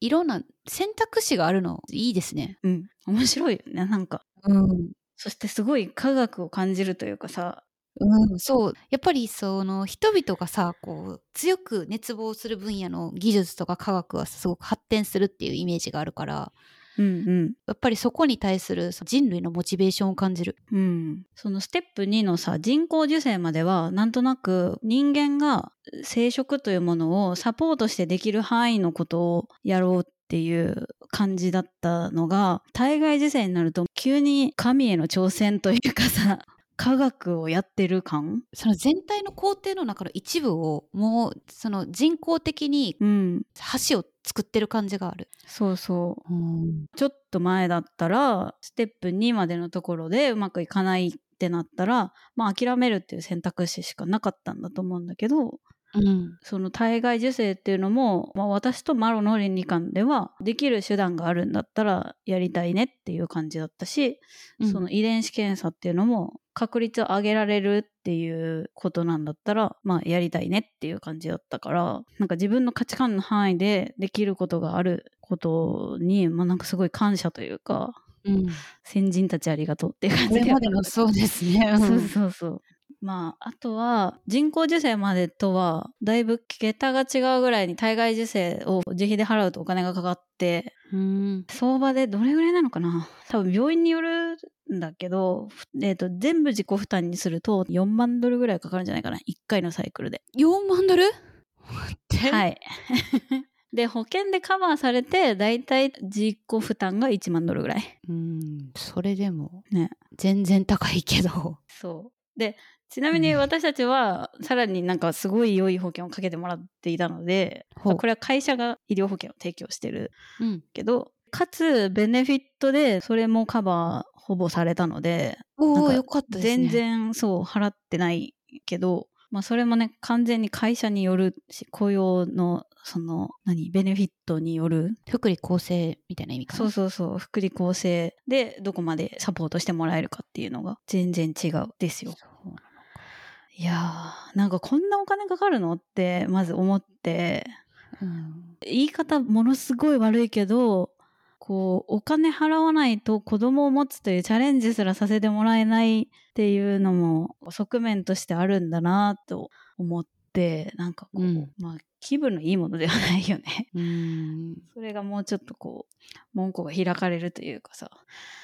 Speaker 2: いろんな選択肢があるのいいですね
Speaker 1: うん、面白いよねなんか
Speaker 2: うん
Speaker 1: そしてすごい科学を感じるというかさ
Speaker 2: うん、そうやっぱりその人々がさこう強く熱望する分野の技術とか科学はすごく発展するっていうイメージがあるから
Speaker 1: うんうん
Speaker 2: やっぱりそこに対するその人類のモチベーションを感じる。
Speaker 1: うん、そのステップ2のさ人工授精まではなんとなく人間が生殖というものをサポートしてできる範囲のことをやろうっていう感じだったのが体外受精になると急に神への挑戦というかさ 科学をやってる感、
Speaker 2: その全体の工程の中の一部をもうその人工的に
Speaker 1: うん、
Speaker 2: 橋を作ってる感じがある。
Speaker 1: そうそう
Speaker 2: うん
Speaker 1: ちょっと前だったらステップ2までのところでうまくいかないってなったら、まあ、諦めるっていう選択肢しかなかったんだと思うんだけど
Speaker 2: うん
Speaker 1: その体外受精っていうのも、まあ、私とマロの倫理観ではできる手段があるんだったらやりたいねっていう感じだったし、その遺伝子検査っていうのも確率を上げられるっていうことなんだったら、まあ、やりたいねっていう感じだったからなんか自分の価値観の範囲でできることがあることに、まあ、なんかすごい感謝というか
Speaker 2: うん
Speaker 1: 先人たちありがとうっていう感
Speaker 2: こ
Speaker 1: じ
Speaker 2: れ
Speaker 1: で
Speaker 2: までのそうですね。
Speaker 1: そうそうそう。まあ、あとは人工授精までとはだいぶ桁が違うぐらいに体外受精を自費で払うとお金がかかって
Speaker 2: うん
Speaker 1: 相場でどれぐらいなのかな多分病院によるんだけど、えー、と全部自己負担にすると4万ドルぐらいかかるんじゃないかな1回のサイクルで。
Speaker 2: 4万ドルって
Speaker 1: はい、 で保険でカバーされてだいたい自己負担が1万ドルぐらい。
Speaker 2: うんそれでも、
Speaker 1: ね
Speaker 2: 全然高いけど。
Speaker 1: そう。で、ちなみに
Speaker 2: うん
Speaker 1: 私たちは、さらになんかすごい良い保険をかけてもらっていたので、
Speaker 2: ほう
Speaker 1: これは会社が医療保険を提供してる
Speaker 2: うん、
Speaker 1: けど、かつ、ベネフィットで、それもカバーほぼされたので、
Speaker 2: お
Speaker 1: なん
Speaker 2: お
Speaker 1: か
Speaker 2: よかったです
Speaker 1: 全
Speaker 2: ね。
Speaker 1: 然そう、払ってないけど、まあ、それもね、完全に会社によるし、雇用の、その、何、ベネフィットによる、
Speaker 2: 福利厚生みたいな意味かな。
Speaker 1: そうそうそう、福利厚生で、どこまでサポートしてもらえるかっていうのが、全然違うですよ。
Speaker 2: そう
Speaker 1: いやーなんかこんなお金かかるのってまず思って
Speaker 2: うん
Speaker 1: 言い方ものすごい悪いけどこうお金払わないと子供を持つというチャレンジすらさせてもらえないっていうのも側面としてあるんだなと思ってなんかこう、
Speaker 2: うん
Speaker 1: まあ気分のいいものではないよね。
Speaker 2: うん
Speaker 1: それがもうちょっとこう門戸が開かれるというかさ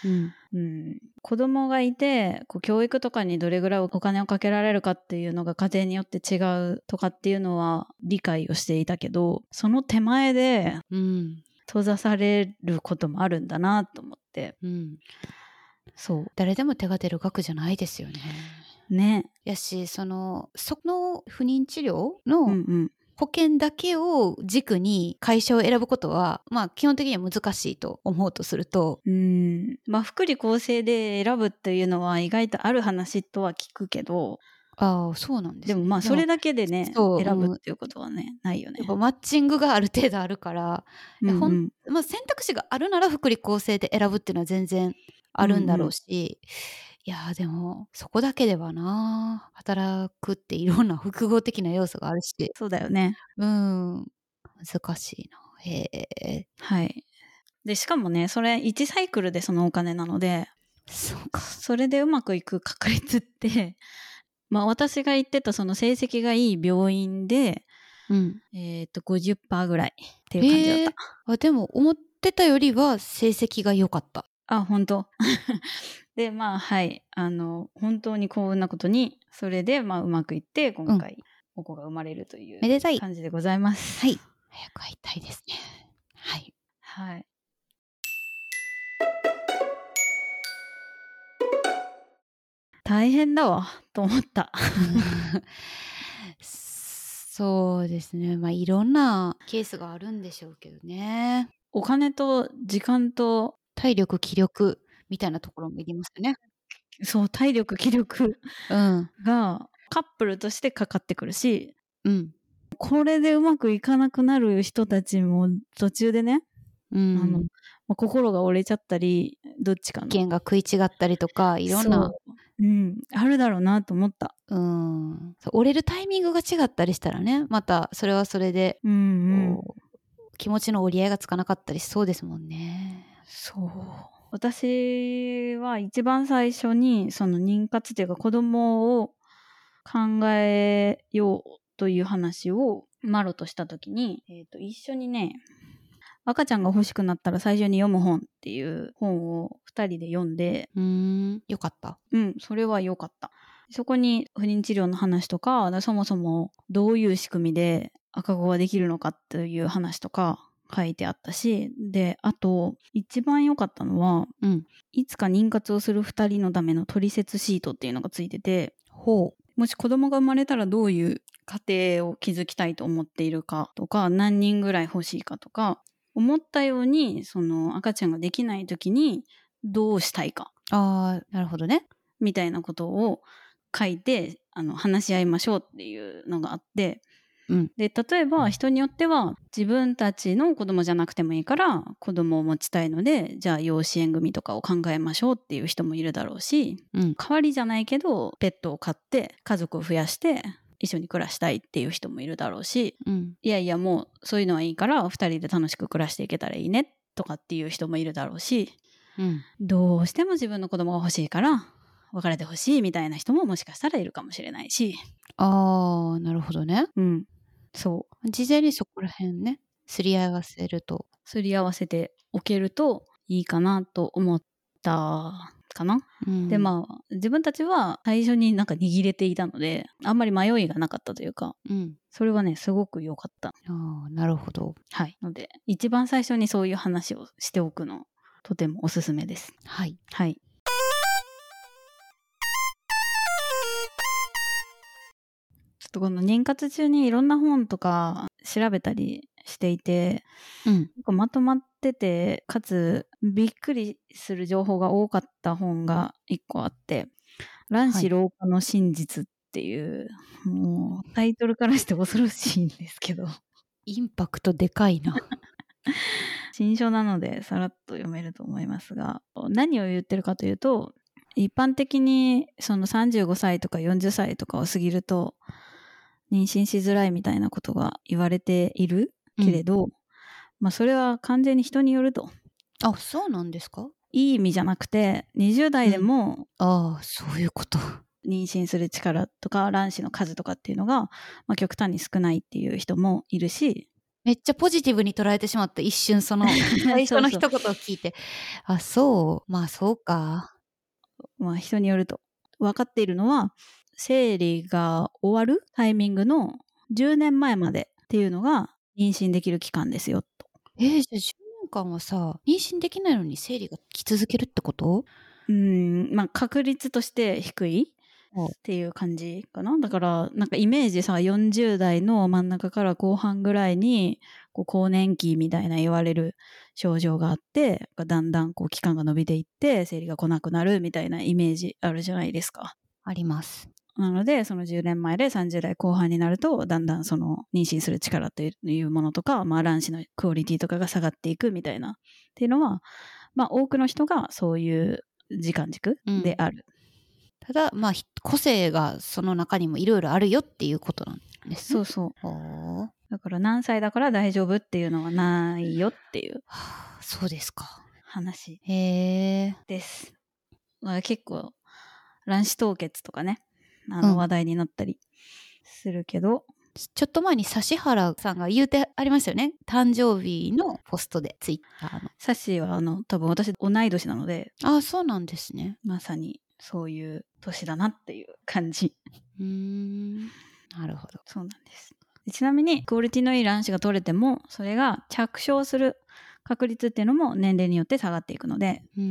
Speaker 2: うん
Speaker 1: うん、子供がいてこう教育とかにどれぐらいお金をかけられるかっていうのが家庭によって違うとかっていうのは理解をしていたけどその手前で
Speaker 2: うん
Speaker 1: 閉ざされることもあるんだなと思って
Speaker 2: うん
Speaker 1: そ
Speaker 2: 誰でも手が出る額じゃないですよね。
Speaker 1: うね
Speaker 2: やしそのその不妊治療
Speaker 1: うんう
Speaker 2: の
Speaker 1: ん
Speaker 2: 保険だけを軸に会社を選ぶことは、まあ基本的には難しいと思うとすると、
Speaker 1: うんまあ福利厚生で選ぶっていうのは意外とある話とは聞くけど
Speaker 2: ああそうなんです、
Speaker 1: でもまあそれだけでね
Speaker 2: そう
Speaker 1: 選
Speaker 2: うん
Speaker 1: ぶっていうことはねないよね
Speaker 2: やっ。ぱマッチングがある程度あるから、
Speaker 1: うん
Speaker 2: ほん
Speaker 1: うん
Speaker 2: まあ、選択肢があるなら福利厚生で選ぶっていうのは全然あるんだろうし、いやーでもそこだけではな働くっていろんな複合的な要素があるし
Speaker 1: そうだよね。
Speaker 2: うん難しいなへえ
Speaker 1: はいでしかもねそれ1サイクルでそのお金なので
Speaker 2: そうか
Speaker 1: それでうまくいく確率って、 まあ、私が言ってたその成績がいい病院で、
Speaker 2: うん
Speaker 1: えー、と50%ぐらいっていう感じだった。
Speaker 2: へーあでも思ってたよりは成績が良かった
Speaker 1: あ本当 でまあはいあの本当に幸運なことにそれで、まあ、うまくいって今回、お子が生まれるとい
Speaker 2: め
Speaker 1: う
Speaker 2: でたい
Speaker 1: 感じでございます。
Speaker 2: はい早く会いたいですねはい
Speaker 1: はい大変だわと思った。
Speaker 2: そうですね。まあ、いろんなケースがあるんでしょうけどね。
Speaker 1: お金と時間と
Speaker 2: 体力、気力みたいなところもいりますよね。
Speaker 1: そう体力気力
Speaker 2: うん。
Speaker 1: がカップルとしてかかってくるし
Speaker 2: うん。
Speaker 1: これでうまくいかなくなる人たちも途中でね、
Speaker 2: うん、
Speaker 1: あのまあ心が折れちゃったりどっちかの
Speaker 2: 意見が食い違ったりとか、いろんな、
Speaker 1: そう、うん、あるだろうなと思った。
Speaker 2: うん。そう折れるタイミングが違ったりしたらね、またそれはそれで、
Speaker 1: うん、うん、
Speaker 2: こう気持ちの折り合いがつかなかったりしそうですもんね。
Speaker 1: そう私は一番最初にその妊活というか子供を考えようという話をマロとした時に、えー、と一緒にね「赤ちゃんが欲しくなったら最初に読む本」っていう本を2人で読んで
Speaker 2: うん。よかった。
Speaker 1: うんそれは良かったそこに不妊治療の話とかそもそもどういう仕組みで赤子ができるのかっていう話とか書いてあったしであと一番良かったのは
Speaker 2: うん。
Speaker 1: いつか妊活をする2人のためのトリセツシートっていうのがついてて
Speaker 2: ほ
Speaker 1: もし子供が生まれたらどういう家庭を築きたいと思っているかとか何人ぐらい欲しいかとか思ったようにその赤ちゃんができない時にどうしたいか
Speaker 2: う。ああ、なるほどね。
Speaker 1: みたいなことを書いてあの話し合いましょうっていうのがあって
Speaker 2: うん。
Speaker 1: で例えば人によっては自分たちの子供じゃなくてもいいから子供を持ちたいのでじゃあ養子縁組とかを考えましょうっていう人もいるだろうし
Speaker 2: うん。
Speaker 1: 代わりじゃないけどペットを飼って家族を増やして一緒に暮らしたいっていう人もいるだろうし
Speaker 2: うん。
Speaker 1: いやいやもうそういうのはいいから2人で楽しく暮らしていけたらいいねとかっていう人もいるだろうし
Speaker 2: うん。
Speaker 1: どうしても自分の子供が欲しいから別れてほしいみたいな人ももしかしたらいるかもしれないし、
Speaker 2: ああ、なるほどね。
Speaker 1: うん、そう
Speaker 2: 事前にそこら辺ね、すり合わせると。
Speaker 1: すり合わせておけるといいかなと思ったかな。
Speaker 2: うん
Speaker 1: でまあ自分たちは最初になんか握れていたのであんまり迷いがなかったというか
Speaker 2: うん。
Speaker 1: それはねすごく良かった。
Speaker 2: ああ、なるほど。
Speaker 1: はい。ので一番最初にそういう話をしておくのとてもおすすめです。
Speaker 2: はい。
Speaker 1: はい。ちょっとこの妊活中にいろんな本とか調べたりしていて
Speaker 2: うん。
Speaker 1: 結構まとまっててかつびっくりする情報が多かった本が1個あって「卵子老化の真実」っていう、もうタイトルからして恐ろしいんですけど
Speaker 2: インパクトでかいな。
Speaker 1: 新書なのでさらっと読めると思いますが何を言ってるかというと一般的にその35歳とか40歳とかを過ぎると妊娠しづらいみたいなことが言われているけれど、まあそれは完全に人によると。
Speaker 2: あ、そうなんですか
Speaker 1: いい意味じゃなくて20代でも
Speaker 2: ああ、そういうこと。
Speaker 1: 妊娠する力とか卵子の数とかっていうのが、まあ、極端に少ないっていう人もいるし
Speaker 2: めっちゃポジティブに捉えてしまった一瞬 その最初の一言を聞いてあそうまあそうか
Speaker 1: まあ、人によると分かっているのは生理が終わるタイミングの10年前までっていうのが妊娠できる期間ですよと。
Speaker 2: えー、じゃあ10年間はさ妊娠できないのに生理が来続けるってこと
Speaker 1: うんまあ確率として低い
Speaker 2: はい
Speaker 1: っていう感じかなだからなんかイメージさ40代の真ん中から後半ぐらいにこう更年期みたいな言われる症状があってだんだんこう期間が伸びていって生理が来なくなるみたいなイメージあるじゃないですか。
Speaker 2: あります
Speaker 1: なのでその10年前で30代後半になるとだんだんその妊娠する力というものとか、まあ、卵子のクオリティとかが下がっていくみたいなっていうのは、まあ、多くの人がそういう時間軸である。
Speaker 2: ただまあひ個性がその中にもいろいろあるよっていうことなんです
Speaker 1: そ
Speaker 2: ね
Speaker 1: うそう。
Speaker 2: ほうは
Speaker 1: だから何歳だから大丈夫っていうのはないよっていう
Speaker 2: あそうですか
Speaker 1: 話
Speaker 2: へえ
Speaker 1: です。まあ、結構卵子凍結とかね、あ
Speaker 2: うん
Speaker 1: の話題になったりするけど、
Speaker 2: ちょっと前に指原さんが言うてありましたよね誕生日のポストでツイッターの
Speaker 1: サッシーはあの多分私同い年なので、
Speaker 2: ああそうなんですね
Speaker 1: まさにそういう年だなっていう感じ。
Speaker 2: うーんなるほど
Speaker 1: そうなんです。でちなみにクオリティのいい卵子が取れても、それが着床する確率っていうのも年齢によって下がっていくので、
Speaker 2: うー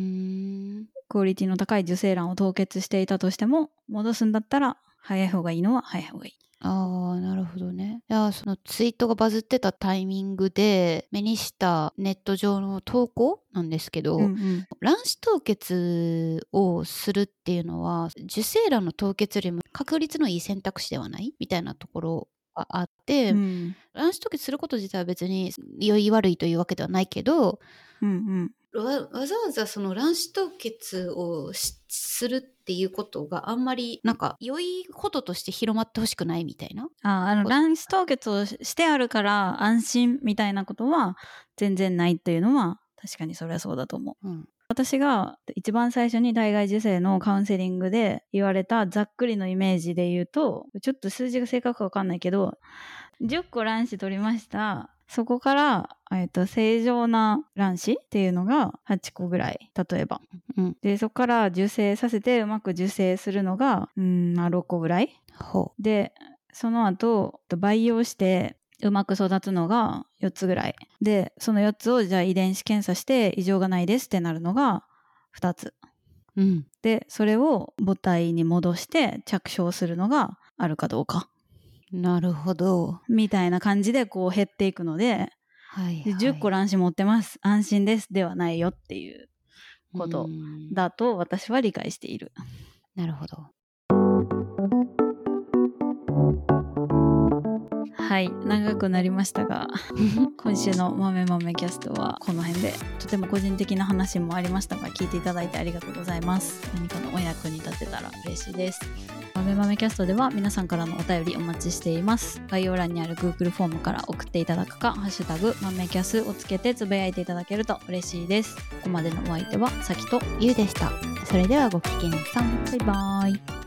Speaker 2: ん
Speaker 1: クオリティの高い受精卵を凍結していたとしても戻すんだったら早い方がいいのは早い方がいい。
Speaker 2: ああなるほどねいやーそのツイートがバズってたタイミングで目にしたネット上の投稿なんですけど、
Speaker 1: ん
Speaker 2: 卵子凍結をするっていうのは受精卵の凍結よりも確率のいい選択肢ではないみたいなところがあって、
Speaker 1: うん
Speaker 2: 卵子凍結すること自体は別に良い悪いというわけではないけど
Speaker 1: うん
Speaker 2: わわざわざその卵子凍結をしするっていうことがあんまりなんか良いこととして広まってほしくないみたいな。
Speaker 1: あーあの卵子凍結をししてあるから安心みたいなことは全然ないっていうのは確かにそれはそうだと思う。
Speaker 2: うん
Speaker 1: 私が一番最初に体外受精のカウンセリングで言われたざっくりのイメージで言うとちょっと数字が正確かわかんないけど10個卵子取りましたそこから、えっと正常な卵子っていうのが8個ぐらい例えば
Speaker 2: うん、
Speaker 1: でそこから受精させてうまく受精するのがうんまあ6個ぐらい
Speaker 2: ほ
Speaker 1: でその後培養してうまく育つのが4つぐらいでその4つをじゃあ遺伝子検査して異常がないですってなるのが2つ
Speaker 2: う、うん、
Speaker 1: でそれを母体に戻して着床するのがあるかどうか
Speaker 2: なるほど、
Speaker 1: みたいな感じでこう減っていくので
Speaker 2: はい
Speaker 1: で10個卵子持ってます安心ですではないよっていうこと
Speaker 2: うん
Speaker 1: だと私は理解している。
Speaker 2: なるほど
Speaker 1: はい長くなりましたが今週の「まめまめキャスト」はこの辺でとても個人的な話もありましたが聞いていただいてありがとうございます何かのお役に立てたら嬉しいですまめまめキャストでは皆さんからのお便りお待ちしています概要欄にある Google フォームから送っていただくか「ハッシュタグまめキャス」をつけてつぶやいていただけると嬉しいですここまでのお相手はさきと
Speaker 2: ゆうでしたそれではごきげんさん
Speaker 1: バイバーイ